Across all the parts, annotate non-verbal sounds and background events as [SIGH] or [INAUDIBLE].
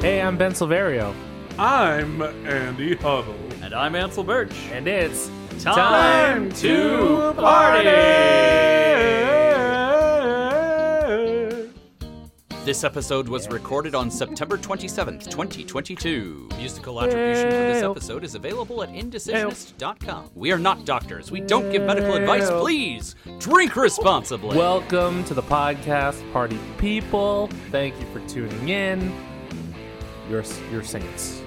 Hey, I'm Ben Silverio, I'm Andy Huddle. And I'm Ansel Birch. and it's Time to This episode was recorded on September 27th, 2022. Musical attribution attribution for for this this Ew. episode is available at indecisionist.com. We are not doctors. We don't give medical advice. Ew. Please drink responsibly. Welcome to the podcast, party people. Thank you for tuning in. You're you're saints,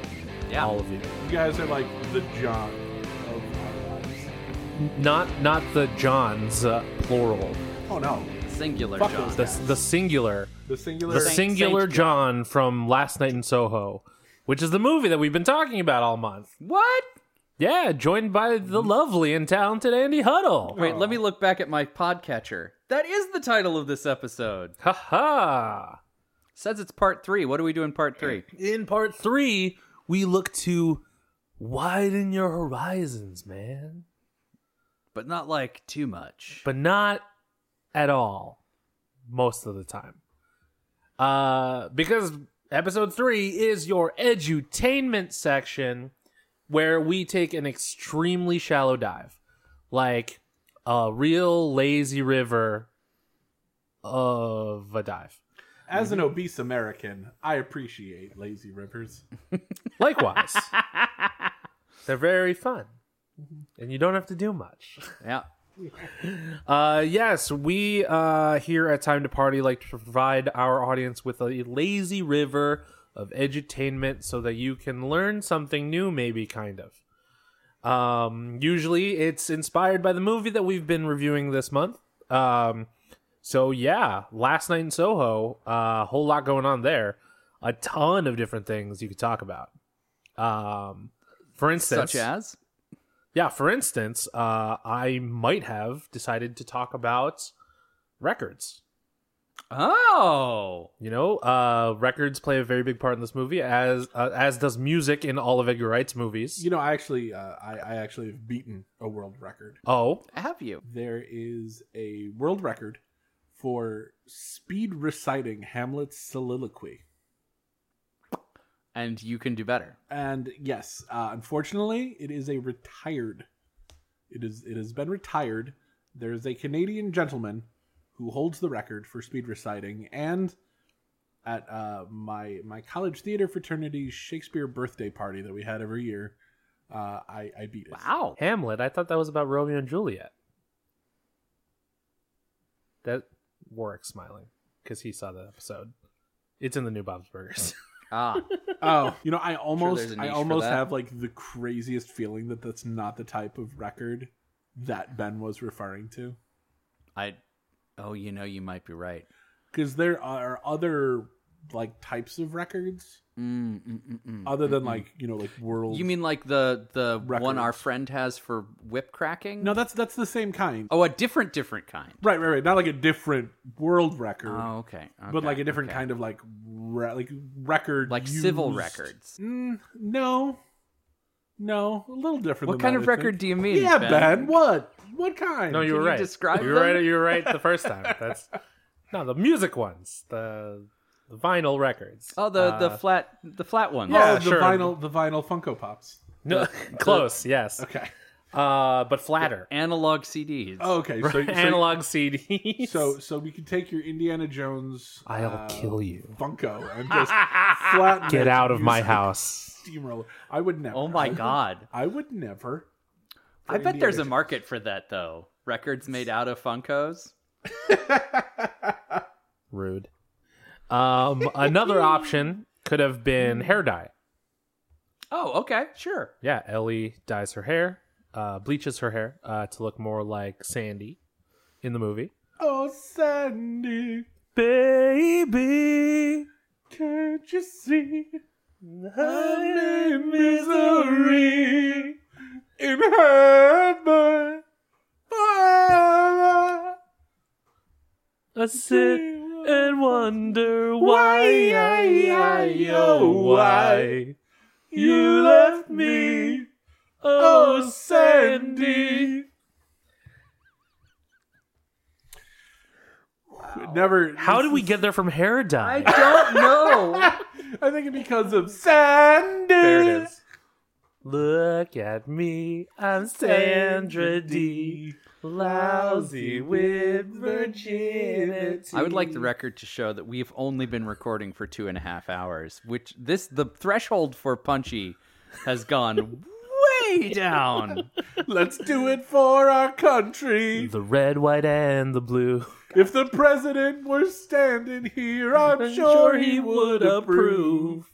yeah. all of you. You guys are like the John of our lives. Not not the Johns, uh, plural. Oh no, singular Fuck John. those The the singular, the singular. the singular John from Last Night in Soho, which is the movie that we've been talking about all month. What? Yeah, joined by the lovely and talented Andy Huddle. Wait, let me look back at my podcatcher. That is the title of this episode. Ha ha. Says it's part three. What do we do in part three? In part three, we look to widen your horizons, man, But not like too much. but not at all most of the time. Uh, because episode three is your edutainment section where we take an extremely shallow dive, like a real lazy river of a dive. As an obese American, I appreciate lazy rivers. Likewise, they're very fun, and you don't have to do much. yeah. Uh, yes, we uh, here at Time to Party like to provide our audience with a lazy river of edutainment so that you can learn something new, maybe kind of. Um, usually, it's inspired by the movie that we've been reviewing this month. Um, so yeah, last night in Soho, a uh, whole lot going on there, a ton of different things you could talk about. Um, for instance, Such as? yeah, for instance, uh, I might have decided to talk about records. Oh. You know, uh, records play a very big part in this movie, as uh, as does music in all of Edgar Wright's movies. You know, I actually, uh, I, I actually have beaten a world record. oh, Have you? There is a world record for speed reciting Hamlet's soliloquy. And you can do better. and yes, uh, unfortunately, it is a retired. It is it has been retired. There is a Canadian gentleman who holds the record for speed reciting, and at uh, my my college theater fraternity's Shakespeare birthday party that we had every year, uh, I I beat it. Wow. Hamlet. I thought that was about Romeo and Juliet. That Warwick smiling because he saw the episode. It's in the new Bob's Burgers. [LAUGHS] Ah. Oh, you know, [LAUGHS] I there's almost a niche I for almost that. have like the craziest feeling that that's not the type of record that Ben was referring to. I. Oh, you know, you might be right. because there are other like types of records Mm, mm, mm, mm. other than like you know like world. You mean like the the one Records. our friend has for whip cracking? no? That's that's the same kind. Oh, a different, different kind. Right, right, right. Not like a different world record, Oh, okay. but like a different kind of. kind of like re- like record, like civil used- records. Mm, no, no, a little different. What than kind that, of I think. record do you mean? Yeah, ben. What? What kind? no, you were you right. describe you were them? right. You were right [LAUGHS] the first time. That's no the music ones, the, the vinyl records. Oh, the Uh, the flat the flat one. yeah, Oh, the sure. vinyl, the vinyl Funko Pops. No, [LAUGHS] close, [LAUGHS] yes. Okay. Uh, but flatter. Analog CDs. Oh, okay. So, so, Analog CDs. so, so we could take your Indiana Jones. I'll uh, kill you. Funko [LAUGHS] and just flatten Get it, out of use my the house. Steamroller. I would never. Oh I my [LAUGHS] would- god. I would never. I bet Indiana there's a Jones. market for that though. Records made out of Funkos. [LAUGHS] Rude. [LAUGHS] Um, another option could have been hair dye. Oh, okay, sure. Yeah, Ellie dyes her hair, uh, bleaches her hair uh, to look more like Sandy in the movie. [LAUGHS] Oh, Sandy, Baby, can't you see I'm honey. in misery in heaven forever? I sit and wonder why, Why, I, I, oh, why you left me. Oh, Oh, Sandy. Sandy. never. How did we get there from I Herodine? [LAUGHS] don't know. I think it because of Sandy. There it is. Look at me, I'm Sandra D. Lousy with virginity. I would like the record to show that we've only been recording for two and a half hours, which this the threshold for punchy has gone [LAUGHS] way down. Let's do it for our country. The red, white, and the blue. If the president were standing [LAUGHS] here, I'm, sure, he would approve.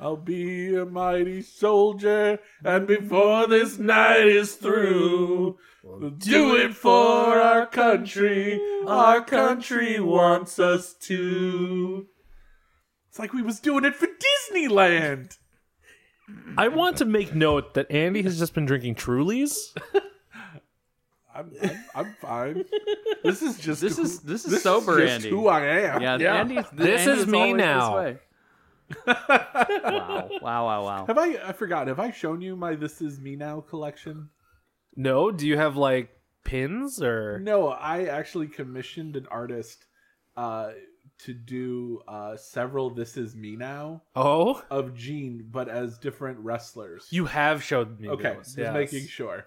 I'll be a mighty soldier, and before this night is through, we'll do it for our country. Our country wants us to. It's like we was doing it for Disneyland. I want to make note that Andy has just been drinking Trulies. I'm, I'm, I'm [LAUGHS] fine. This is just This who- is- this is this sober, is just Andy. Who I am. Yeah, Andy's, This is Andy's me always this now. way. wow, wow, wow, wow. [LAUGHS] Have I? I forgot. Have I shown you my "This Is Me Now" collection? No, do you have like pins or? No, I actually commissioned an artist uh, to do uh, several "This Is Me Now" Oh, of Gene, but as different wrestlers. you have showed me. okay? those, Just yes. making sure.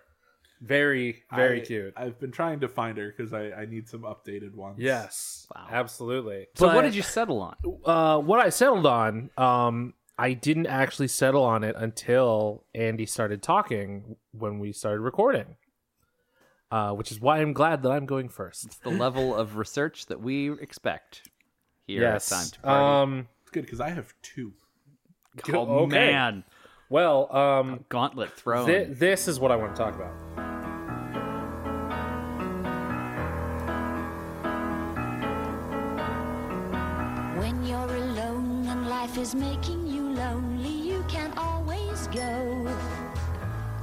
very very I- cute. I've been trying to find her because I, I need some updated ones. yes, Wow. absolutely. So, what But- did you settle on? uh, what I settled on, um, I didn't actually settle on it until Andy started talking when we started recording, uh, which is why I'm glad that I'm going first. It's the level of research that we expect here yes. at Time to Party. Um, it's good because I have two. oh okay. man, well, um, gauntlet thrown. thi- this is what I want to talk about. When you're alone and life is making you lonely, you can always go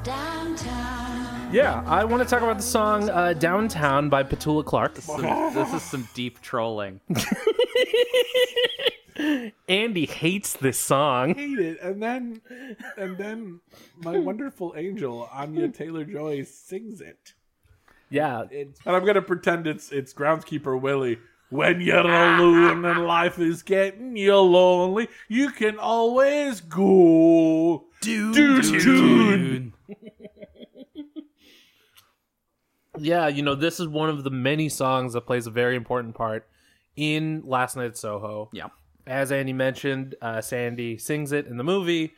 downtown. Yeah, I want to talk about the song uh, "Downtown" by Petula [LAUGHS] Clark. Some- this is some deep trolling. Andy hates this song. Hate it, and then and then [LAUGHS] my wonderful angel Anya Taylor Joy sings it. Yeah, And I'm gonna pretend it's it's groundskeeper Willie. When you're alone and life is getting you lonely, you can always go. Dude, dude. Yeah, you know, this is one of the many songs that plays a very important part in Last Night at Soho. Yeah. As Andy mentioned, uh, Sandy sings it in the movie.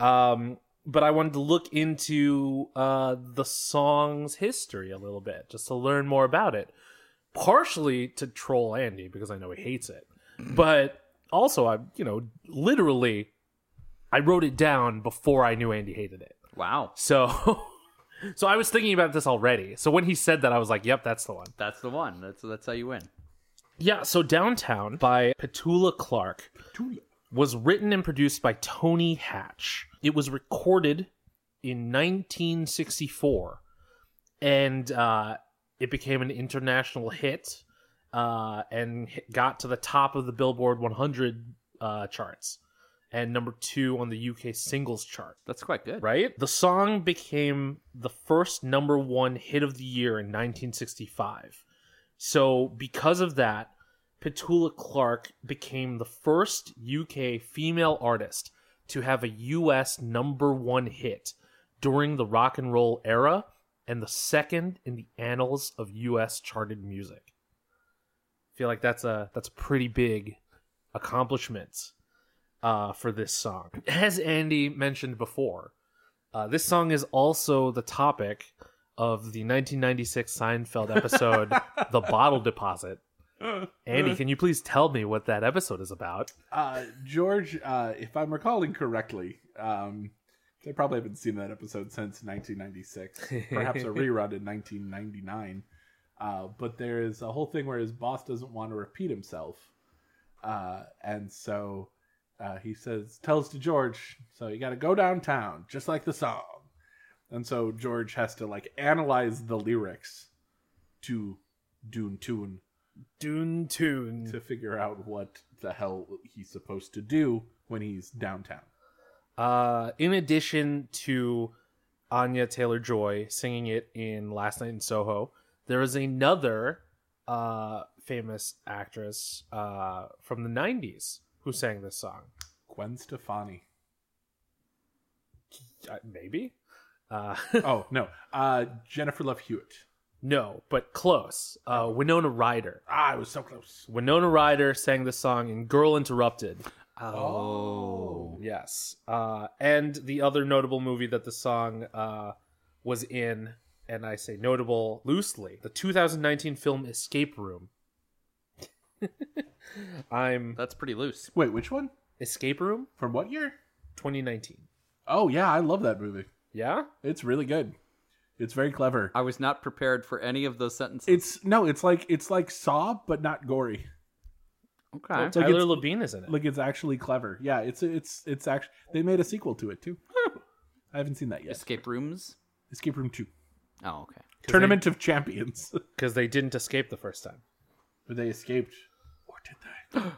Um, but I wanted to look into uh, the song's history a little bit just to learn more about it. Partially to troll Andy because I know he hates it. But also, I, you know, literally, I wrote it down before I knew Andy hated it. Wow, So, [LAUGHS] so I was thinking about this already. So when he said that, I was like, "Yep, that's the one." that's the one. That's that's how you win. Yeah. So "Downtown" by Petula Clark was written and produced by Tony Hatch. It was recorded in 1964, and uh, it became an international hit uh, and hit- got to the top of the Billboard 100 uh, charts and number two on the UK singles chart. That's quite good. right? The song became the first number one hit of the year in 1965. So, because of that, Petula Clark became the first UK female artist to have a US number one hit during the rock and roll era and the second in the annals of US charted music. I feel like that's a that's a pretty big accomplishment uh, for this song. As Andy mentioned before, uh, this song is also the topic of the 1996 Seinfeld [LAUGHS] episode, The Bottle Deposit. Andy, can you please tell me what that episode is about? Uh, George, uh, if I'm recalling correctly, um, I probably haven't seen that episode since 1996, perhaps a rerun in 1999. Uh, but there is a whole thing where his boss doesn't want to repeat himself, uh, and so uh, he says, tells to George, so you got to go downtown, just like the song. And so George has to like analyze the lyrics to Dune Tune Dune Tune. [LAUGHS] to figure out what the hell he's supposed to do when he's downtown. Uh, in addition to Anya Taylor Joy singing it in Last Night in Soho, there is another uh, famous actress uh, from the 90s who sang this song. Gwen Stefani. Uh, maybe? Uh, [LAUGHS] Oh no, uh, Jennifer Love Hewitt. no, but close. Uh, Winona Ryder. Ah, I was so close. Winona Ryder sang the song in Girl Interrupted. Oh, Yes. Uh, and the other notable movie that the song uh, was in, and I say notable loosely, the 2019 film Escape Room. [LAUGHS] I'm That's pretty loose. wait, which one? Escape Room From what year? 2019. Oh yeah, I love that movie. Yeah? It's really good. It's very clever. I was not prepared for any of those sentences. It's no, it's like it's like Saw, but not gory. okay. like Tyler it's- Labine is in it. Like it's actually clever. Yeah, it's it's it's actually they made a sequel to it too. [LAUGHS] I haven't seen that yet. Escape rooms. Escape Room Two, Oh, okay. Tournament of Champions. [LAUGHS] Because they didn't escape the first time. but they escaped, or did they?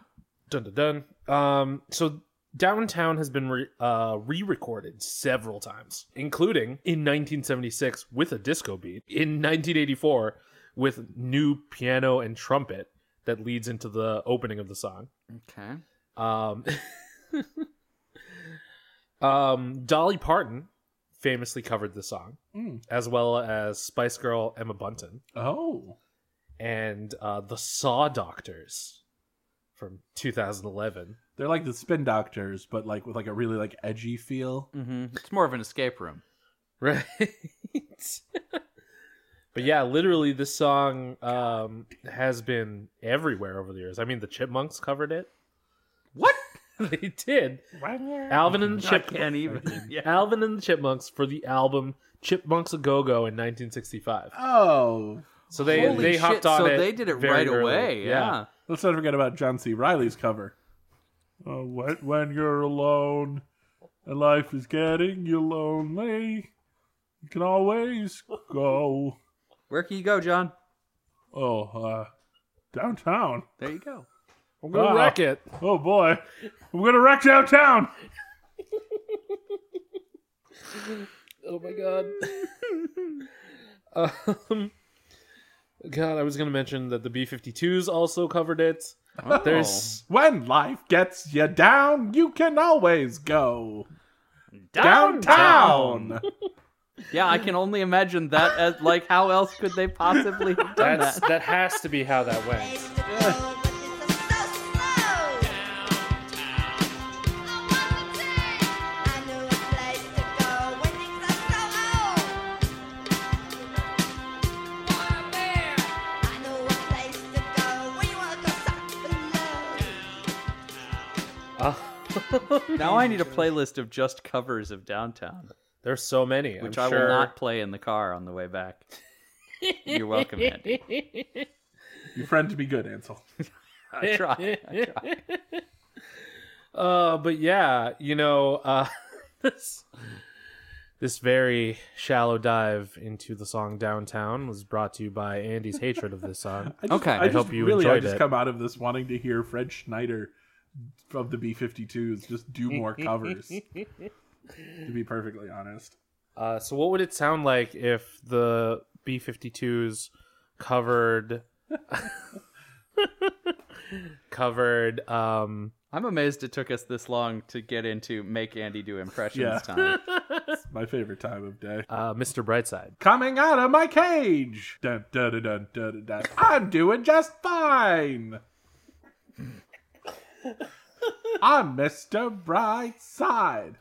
Dun dun dun. Um, so Downtown has been re- uh, re-recorded several times, including in 1976 with a disco beat, in 1984 with new piano and trumpet that leads into the opening of the song. Okay. Um, [LAUGHS] um, Dolly Parton famously covered the song, Mm. as well as Spice Girl Emma Bunton Oh, and uh, the Saw Doctors from 2011. they're like the Spin Doctors, but like with like a really like edgy feel. hmm Mm-hmm. It's more of an escape room. [LAUGHS] Right. but yeah, literally this song um has been everywhere over the years. I mean the Chipmunks covered it. [LAUGHS] What? they did. Alvin and the I Chip can't even. Yeah. Alvin and the Chipmunks for the album Chipmunks a Go Go in 1965. Oh, So they Holy they shit, hopped on so it. they did it very right early. away. Yeah. let's not forget about John C. Riley's cover. Oh, what when you're alone, and life is getting you lonely. You can always go. Where can you go, John? Oh, uh, downtown. There you go. I'm gonna Wow. wreck it. Oh boy, I'm gonna wreck downtown. Oh my god. [LAUGHS] um, god, I was gonna mention that the B52s also covered it. [LAUGHS] There's When life gets you down, you can always go Oh. Downtown! downtown. Oh. Yeah, I can only imagine that. As like, how else could they possibly have done That's that? that has to be how that went. Uh, Now I need a playlist of just covers of Downtown, there's so many, which I'm I sure. [LAUGHS] will not play in the car on the way back. You're welcome, Andy. Your friend to be good, Ansel. I try. Uh, but yeah, you know, uh, [LAUGHS] this this very shallow dive into the song "Downtown" was brought to you by Andy's hatred of this [LAUGHS] song. I just, Okay. I, I just hope you really I enjoyed just it. come out of this wanting to hear Fred Schneider of the B52s just do more covers. to be perfectly honest, Uh, so, what would it sound like if the B52s covered [LAUGHS] covered um, I'm amazed it took us this long to get into make Andy do impressions Yeah. [LAUGHS] time. it's my favorite time of day. uh, "Mr. Brightside"? Coming out of my cage. Dun, dun, dun, dun, dun, dun. I'm doing just fine. I'm Mr. Brightside.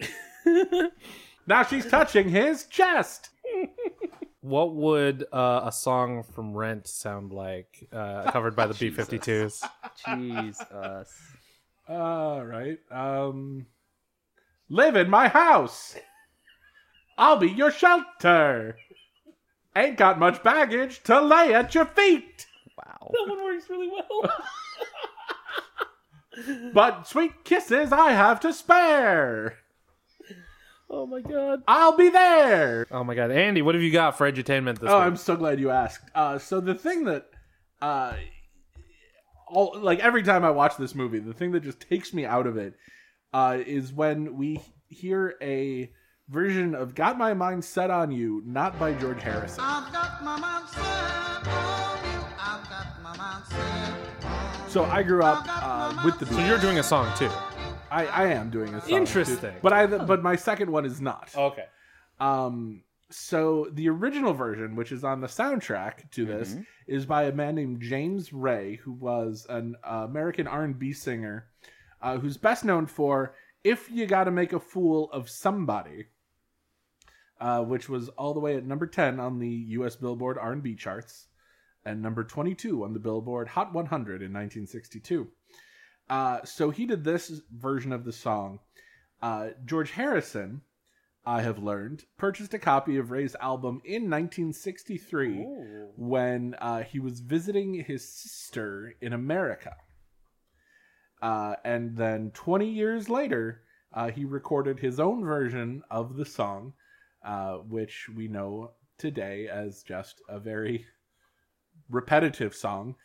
now she's touching his chest. What would uh, a song from Rent sound like uh, covered [LAUGHS] by the B52s? Jesus. All right. Um, live in my house. I'll be your shelter. Ain't got much baggage to lay at your feet. Wow. one works really well. [LAUGHS] But sweet kisses I have to spare. Oh my god. I'll be there. Oh my god. Andy, what have you got for edutainment this oh, week? I'm so glad you asked. Uh, so the thing that, uh, all like every time I watch this movie, the thing that just takes me out of it uh, is when we hear a version of "Got My Mind Set on You," not by George Harrison. I've got my mind set on you. I've got my mind set So I grew up uh, with the Beatles. So you're doing a song too. I, I am doing a song. Interesting. Oh, too. But I but my second one is not. Okay. Um, so the original version, which is on the soundtrack to this, is by a man named James Ray, who was an uh, American R and B singer, uh, who's best known for "If You Got to Make a Fool of Somebody," uh, which was all the way at number ten on the U.S. Billboard R and B charts, and number twenty-two on the Billboard Hot 100 in 1962. Uh, so he did this version of the song. Uh, George Harrison, I have learned, purchased a copy of Ray's album in 1963 when uh, he was visiting his sister in America. Uh, and then 20 years later, uh, he recorded his own version of the song, uh, which we know today as just a very repetitive song.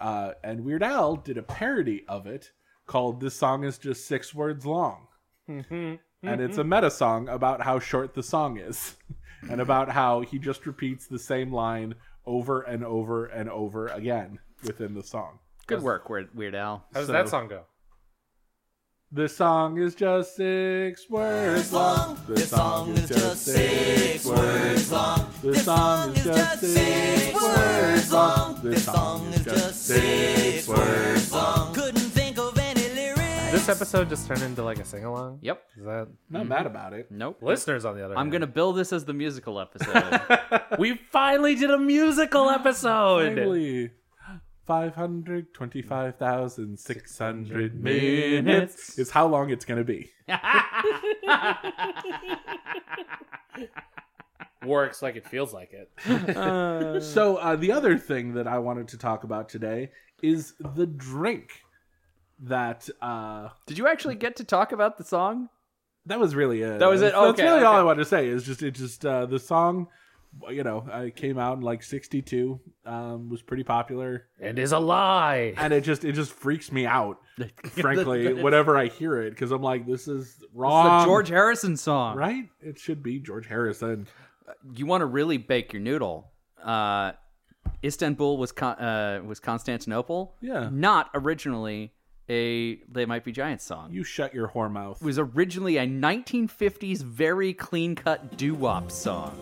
Uh, and Weird Al did a parody of it called This Song Is Just Six Words Long Mm-hmm. and it's a meta song about how short the song is [LAUGHS] and about how he just repeats the same line over and over and over again within the song. Good work, Weird, Weird Al. How does So- that song go? This song is just six words long. This song is just six words long. This song is just six words long. This song is just six words long. Couldn't think of any lyrics. This episode just turned into like a sing along. Yep. Is that Not mad about it. Nope. listeners on the other? I'm hand. gonna bill this as the musical episode. [LAUGHS] We finally did a musical Mm-hmm. episode. Finally, 525,600 minutes is how long it's going to be. [LAUGHS] Works like it feels like it. So uh, the other thing that I wanted to talk about today is the drink that uh, Did you actually get to talk about the song? that was really it. That was it? That's- That's Okay, really all okay. I wanted to say. Is just it just uh, the song, you know, uh, it came out in like '62, um, was pretty popular, It is a lie. and it just it just freaks me [LAUGHS] out, frankly, whenever I hear it because I'm like, this is It's wrong. Um, the George Harrison song. right? It should be George Harrison. You want to really bake your noodle. Uh, Istanbul was Con- uh, was Constantinople. Yeah. Not originally a They Might Be Giants song. You shut your whore mouth. It was originally a 1950s very clean cut doo wop song.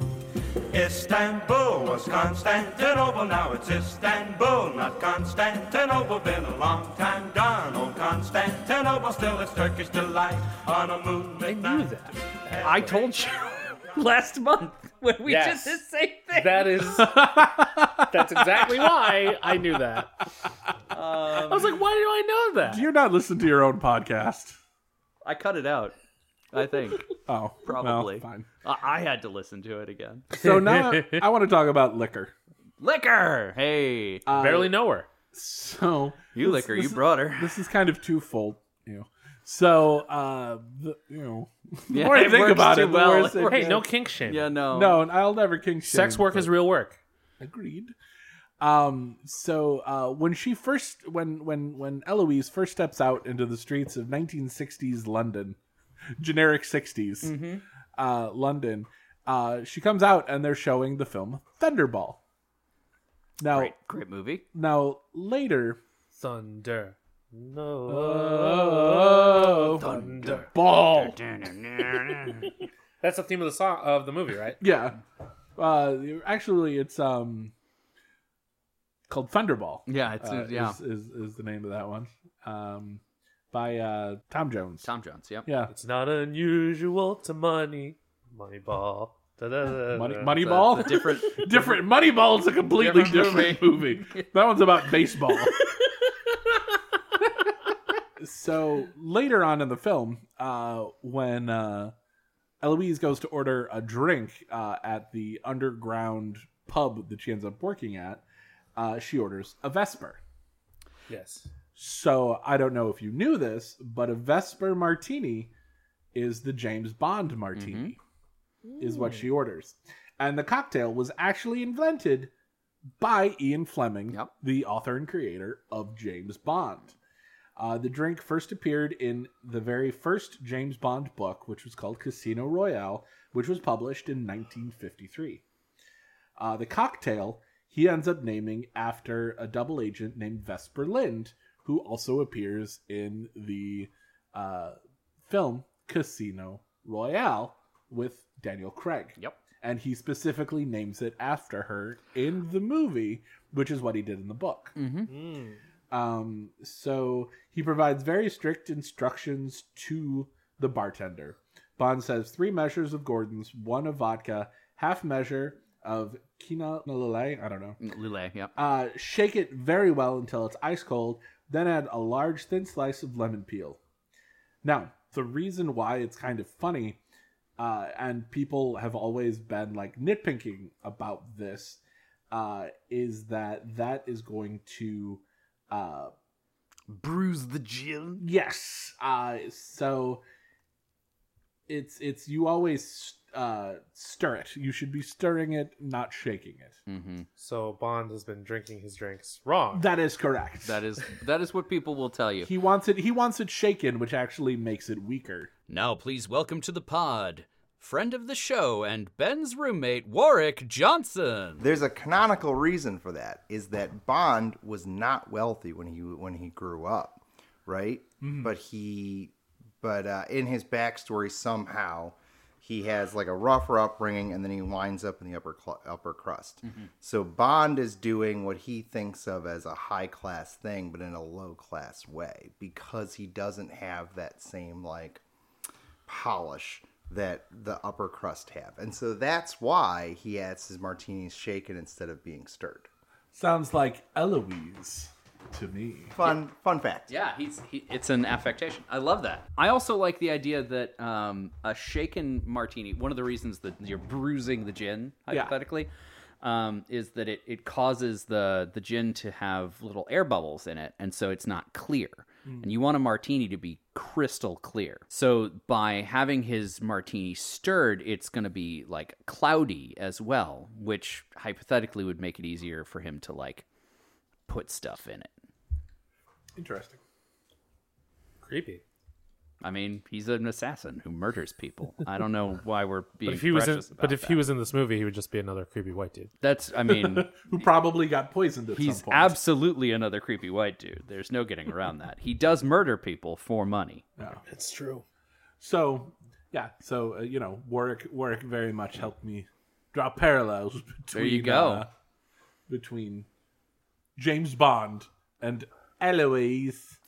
Istanbul was Constantinople, now it's Istanbul, not Constantinople. Been a long time gone, old Constantinople, still it's Turkish delight on a moonlit night. I told you [LAUGHS] last month when we Yes. did the same thing. That is. that's exactly why I knew that. Um, I was like, why do I know that? You're not listening to your own podcast. I cut it out. I think Oh, Probably. well, fine. I I had to listen to it again. [LAUGHS] So now I, I want to talk about liquor. Liquor, hey, Uh, Barely know her. So you liquor, you brought her. This is kind of twofold, you know. So, uh, the, you know, [LAUGHS] Yeah, more I think works about too it, the well. worse It it works- Hey, no kink shame. Yeah, no, no, and I'll never king shame. Sex work is real work. agreed. Um, so uh, when she first, when when when Eloise first steps out into the streets of 1960s London, generic 60s Mm-hmm. uh, London, uh, she comes out and they're showing the film Thunderball. Now, Great, great movie. now later, Thunder. No. Oh. Oh. thunder. ball. That's the theme of the song of the movie, right? Yeah. Uh, actually, it's um called Thunderball. Yeah, it's uh, yeah. is, is is the name of that one. Um, by uh Tom Jones. Tom Jones. Yep. Yeah, It's not unusual to money. Moneyball. Money, Money, Moneyball. It's a Uh, different. different Moneyball is a completely Different different, movie. That one's about baseball. so later on in the film, uh, when uh, Eloise goes to order a drink uh, at the underground pub that she ends up working at, uh, she orders a Vesper. Yes. So I don't know if you knew this, but a Vesper martini is the James Bond martini, is what she orders. And the cocktail was actually invented by Ian Fleming, Yep. the author and creator of James Bond. Uh, the drink first appeared in the very first James Bond book, which was called Casino Royale, which was published in 1953. Uh, the cocktail he ends up naming after a double agent named Vesper Lind, who also appears in the uh, film Casino Royale with Daniel Craig. Yep. And he specifically names it after her in the movie, which is what he did in the book. Um, so he provides very strict instructions to the bartender. Bond says three measures of Gordon's, one of vodka, half measure of quinolale, I don't know. Lule, yep. Uh, shake it very well until it's ice cold, then add a large thin slice of lemon peel. Now, the reason why it's kind of funny, uh, and people have always been like nitpicking about this, uh, is that that is going to uh, Bruise the gin. Yes. Uh, so it's it's you always uh, stir it. You should be stirring it, not shaking it. Mm-hmm. So Bond has been drinking his drinks wrong. That is correct. That is that is what people will tell you. He wants it. He wants it shaken, which actually makes it weaker. Now, please welcome to the pod, friend of the show and Ben's roommate, Warwick Johnson. There's a canonical reason for that is that Bond was not wealthy when he when he grew up, right? But he but uh, in his backstory somehow he has like a rougher upbringing and then he winds up in the upper cl- upper crust. So Bond is doing what he thinks of as a high class thing but in a low class way because he doesn't have that same like polish that the upper crust have. And so that's why he has his martinis shaken instead of being stirred. Sounds like Eloise to me. Fun fun fact. Yeah, he's he, it's an affectation. I love that. I also like the idea that um, a shaken martini. One of the reasons that you're bruising the gin hypothetically um, is that it, it causes the the gin to have little air bubbles in it, and so it's not clear. And you want a martini to be crystal clear. So by having his martini stirred, it's going to be like cloudy as well, which hypothetically would make it easier for him to like put stuff in it. Interesting. Creepy. I mean, he's an assassin who murders people. I don't [LAUGHS] know why we're being But if he was, in, precious about but if that. he was in this movie, he would just be another creepy white dude. that's I mean, [LAUGHS] Who probably got poisoned at he's some point. absolutely another creepy white dude. There's no getting around that. He does murder people for money. That's true. so yeah. So uh, you know, Warwick Warwick very much helped me draw parallels [LAUGHS] between There you go. uh, between James Bond and Eloise.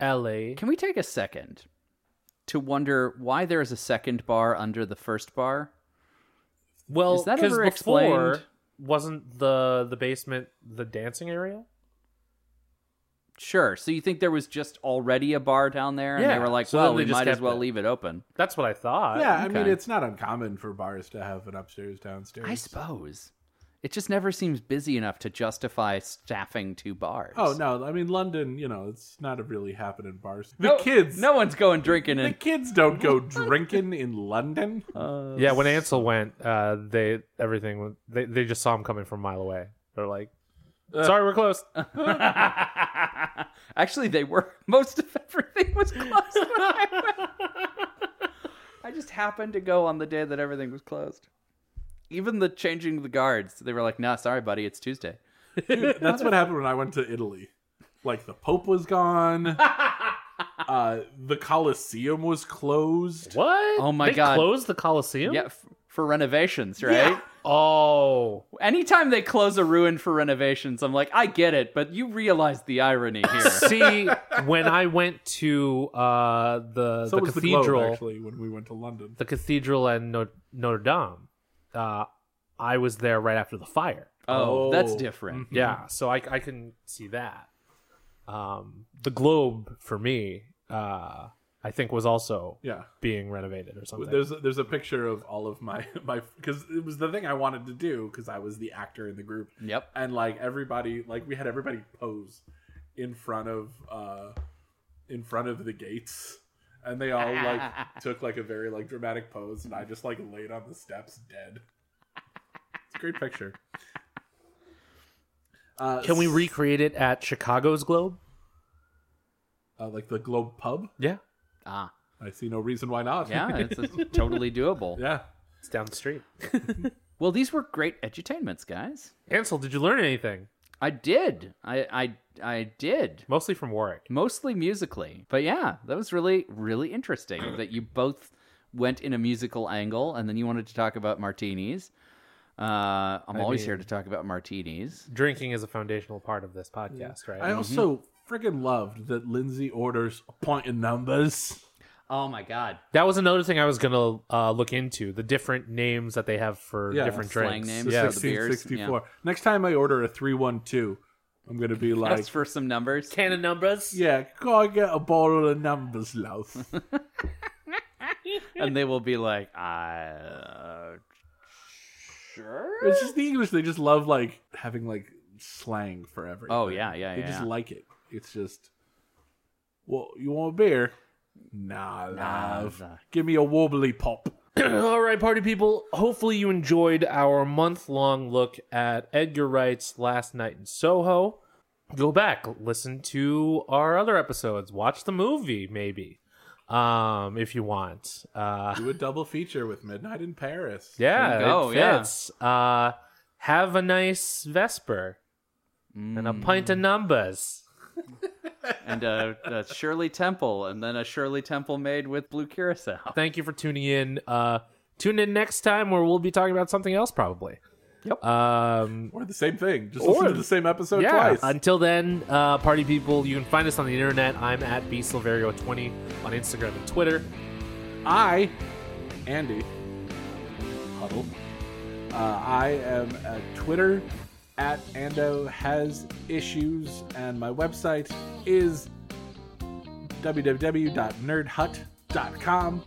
L.A. Can we take a second to wonder why there is a second bar under the first bar? Well, Is that 'cause before, ever explained? Wasn't the the basement the dancing area? Sure. So you think there was just already a bar down there, and Yeah, they were like, so then "Well, they we just might as kept well it." leave it open." That's what I thought. Yeah, I mean Uh, Okay. it's not uncommon for bars to have an upstairs downstairs. I suppose it just never seems busy enough to justify staffing two bars. Oh no, I mean London, you know, it's not a really happen in bars. The kids No one's going drinking the and kids don't go drinking in [LAUGHS] London. Yeah, when Ansel went, uh, they everything went- they they just saw him coming from a mile away. They're like, "Sorry, we're close." Actually, they were. [LAUGHS] Most of everything was closed. When I, went. I just happened to go on the day that everything was closed. Even the changing the guards, they were like, "Nah, sorry, buddy, it's Tuesday." That's what happened when I went to Italy. Like the Pope was gone. [LAUGHS] uh the Colosseum was closed. What? Oh my They God. Closed the Coliseum. Yeah, f- for renovations, right? Oh, Anytime they close a ruin for renovations, I'm like, I get it, but you realize the irony here. see, when I went to uh, the So the was cathedral, the Globe, actually when we went to London. the cathedral and Notre, Notre Dame, uh, I was there right after the fire. oh, that's Oh. different. Yeah, so I I can see that. Um, the Globe for me, uh, I think was also Yeah. being renovated or something. There's there's a picture of all of my [LAUGHS] my because it was the thing I wanted to do because I was the actor in the group. Yep. and like everybody like we had everybody pose in front of uh in front of the gates and they all like [LAUGHS] took like a very like dramatic pose and i just like laid on the steps dead it's a great picture uh, Can we s- recreate it at Chicago's Globe? uh, like the globe pub Yeah, Ah, i see no reason why not yeah, it's, it's totally doable. [LAUGHS] yeah it's down the street. Well, these were great edutainments, guys. Ansel, did you learn anything? I did. I I I did. mostly from Warwick. Mostly musically. But yeah, that was really really interesting [CLEARS THROAT] that you both went in a musical angle and then you wanted to talk about martinis. Uh, I'm always here to talk about martinis. Drinking is a foundational part of this podcast, right? Mm-hmm. I also friggin' loved that Lindsay orders a pint of numbers. Oh my [LAUGHS] god. that was another thing I was gonna uh, look into the different names that they have for Yeah. different Slang drinks. names. Yeah. Yes. Sixteen beers, sixty-four. Next time I order a three one two, I'm gonna be like, That's for some numbers. Can of numbers. yeah, can I get a bottle of numbers, love? and they will be like, uh, sure. it's just the English. They just love like having like slang for everything. Oh yeah, yeah, They yeah. just yeah. like it. It's just, well, you want a beer? Nah, love. Give me a wobbly pop. [CLEARS THROAT] All right, party people. Hopefully, you enjoyed our month long look at Edgar Wright's Last Night in Soho. Go back, listen to our other episodes, watch the movie, maybe, um, if you want. Uh, Do a double feature with Midnight in Paris. yeah, There you go, it yeah. fits. Uh, have a nice Vesper and a pint of numbers. Mm. and a, a Shirley Temple, and then a Shirley Temple made with blue curacao. Thank you for tuning in. Uh, tune in next time where we'll be talking about something else, probably. Yep. Um, Or the same thing. Just Or- listen to the same [LAUGHS] episode yeah. twice. Until then, uh, party people, you can find us on the internet. I'm at bsilverio20 on Instagram and Twitter. I, Andy Huddle, uh, I am at Twitter at Ando has issues, and my website is www.nerdhut.com.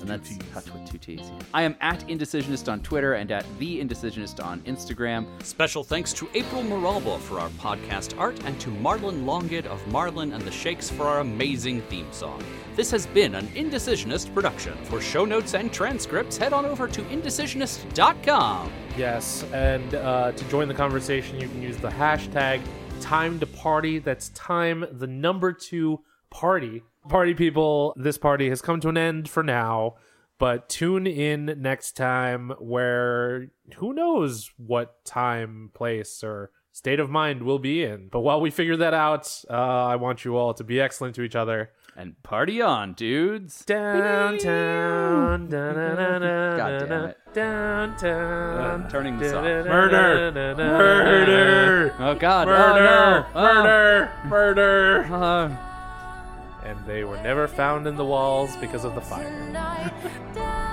And that's Hutch with two T's. I am at Indecisionist on Twitter and at The Indecisionist on Instagram. Special thanks to April Moralba for our podcast art and to Marlon Longid of Marlon and the Shakes for our amazing theme song. This has been an Indecisionist production. For show notes and transcripts, head on over to indecisionist.com. Yes, and uh, to join the conversation, you can use the hashtag time to party. That's time the number two party. Party people, this party has come to an end for now, but tune in next time where who knows what time, place, or state of mind we'll be in. But while we figure that out, uh, I want you all to be excellent to each other. And party on, dudes. Downtown, God damn God it. Downtown. I'm Uh, turning this off. Murder. Murder! Oh, God. Murder! Oh, no. Oh. Murder! Murder! Oh. And they were never found in the walls because of the fire. Tonight, down.